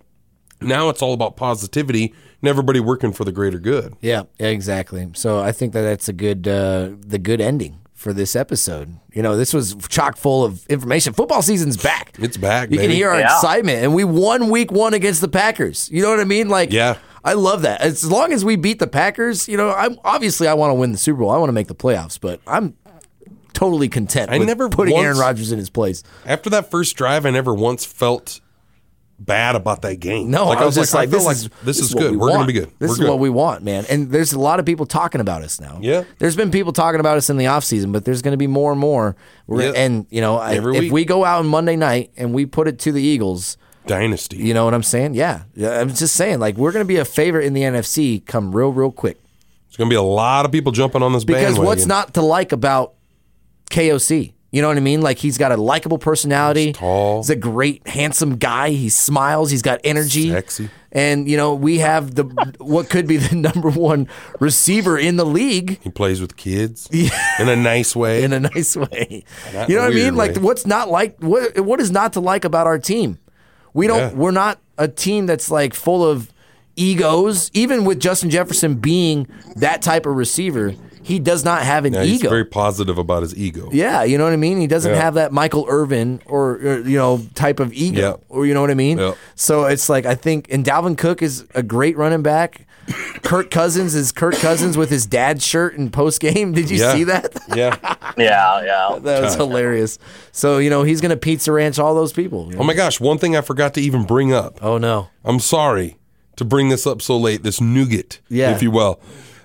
now it's all about positivity and everybody working for the greater good. yeah, exactly. So I think that that's a good uh, the good ending for this episode. You know, this was chock full of information. Football season's back. It's back. You can baby. hear our Yeah. excitement, and we won week one against the Packers. You know what I mean? Like, Yeah. I love that. As long as we beat the Packers, you know, I'm obviously I want to win the Super Bowl. I want to make the playoffs, but I'm totally content. I with never putting Aaron once- Rodgers in his place. After that first drive, I never once felt bad about that game. No, I, was, just like, I feel this, like is, this is what good. we We're going to want. be good. This We're is good. what we want, man. And there's a lot of people talking about us now. Yeah. There's been people talking about us in the offseason, but there's going to be more and more. We're Yeah. And, you know, I, if Every week. we go out on Monday night and we put it to the Eagles, Dynasty. You know what I'm saying? Yeah. Yeah, I'm just saying, like, we're going to be a favorite in the NFC come real, real quick. There's going to be a lot of people jumping on this Because bandwagon. what's not to like about KOC? You know what I mean? Like, he's got a likable personality. He's tall. He's a great, handsome guy. He smiles. He's got energy. Sexy. And, you know, we have the what could be the number one receiver in the league. He plays with kids in a nice way. in a nice way. Not you know what I weird mean? Like way. what's not like what what is not to like about our team? We don't Yeah. we're not a team that's like full of egos. Even with Justin Jefferson being that type of receiver, he does not have an Yeah, he's ego. very positive about his ego. yeah, you know what I mean. He doesn't Yeah. have that Michael Irvin or, or, you know type of ego, Yeah. or you know what I mean. Yeah. So it's like I think, and Dalvin Cook is a great running back. Kirk Cousins is Kirk Cousins with his dad's shirt in post game. Did you Yeah. see that? yeah. Yeah, yeah. That was hilarious. So you know he's gonna pizza ranch all those people. Oh my gosh, one thing I forgot to even bring up. Oh no, I'm sorry to bring this up so late, this nougat, Yeah. if you will.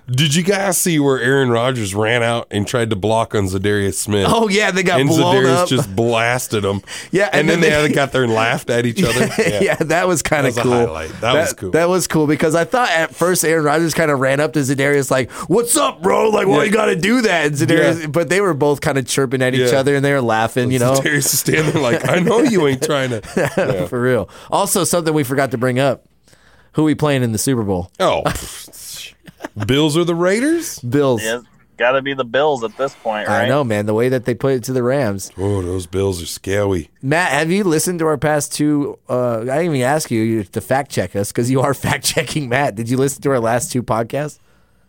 Did you guys see where Aaron Rodgers ran out and tried to block on Zadarius Smith? oh yeah, they got and blown Zadarius up. just blasted him. Yeah, and, then, they, got there and laughed at each other. yeah. that was kind That of was a cool. highlight. That was cool. That was cool because I thought at first Aaron Rodgers kind of ran up to Zadarius like, "What's up, bro? Like, why Yeah. you got to do that?" And Zadarius, Yeah. but they were both kind of chirping at each Yeah. other and they were laughing. You know, Zadarius is standing there like, I know you ain't trying to. Yeah. for real. Also, something we forgot to bring up: who we playing in the Super Bowl? Oh, pfft. Bills or the Raiders? Bills. It's got to be the Bills at this point, right? I know, man. The way that they put it to the Rams. Oh, those Bills are scary. Matt, have you listened to our past two? Uh, I didn't even ask you you- to fact check us because you are fact checking Matt. Did you listen to our last two podcasts?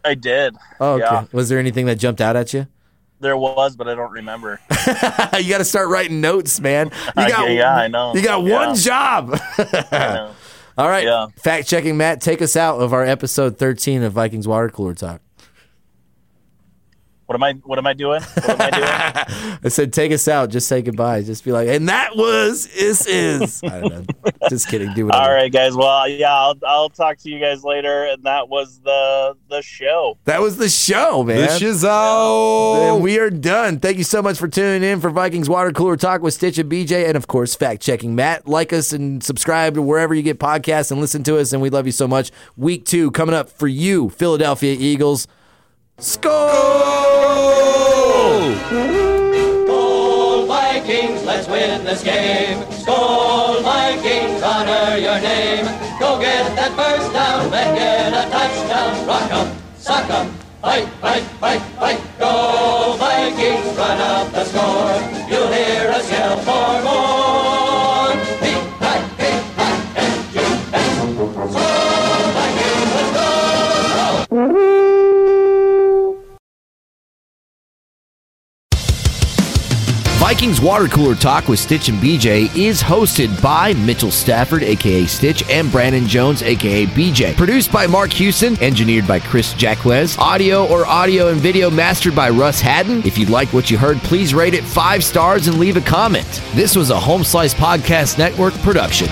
I did. Oh, okay. Yeah. Was there anything that jumped out at you? There was, but I don't remember. you got to start writing notes, man. You I- got, yeah, I know. You got Yeah. one job. I know. All right. Yeah. Fact checking, Matt, take us out of our episode 13 of Vikings Water Cooler Talk. What am I? What am I doing? What am I doing? I said, take us out. Just say goodbye. Just be like, and that was, this is. I don't know. Just kidding. Do whatever. All right, guys. Well, yeah, I'll, I'll talk to you guys later. And that was the the show. That was the show, man. This is out. And we are done. Thank you so much for tuning in for Vikings Water Cooler Talk with Stitch and BJ, and of course, fact checking Matt. Like us and subscribe to wherever you get podcasts and listen to us, and we love you so much. Week two coming up for you, Philadelphia Eagles. Skull! Skull Vikings, let's win this game. Skull Vikings, honor your name. Go get that first down, then get a touchdown. Rock 'em, sock 'em, fight, fight, fight, fight. Go Vikings, run up the score. You'll hear us yell for more. V-I-K-I-N-G-S. Skull Vikings, let's go! Vikings Water Cooler Talk with Stitch and BJ is hosted by Mitchell Stafford, aka Stitch, and Brandon Jones, aka BJ. Produced by Mark Hewson, engineered by Chris Jacquez. Audio or audio and video mastered by Russ Haddon. If you like what you heard, please rate it five stars and leave a comment. This was a Home Slice Podcast Network production.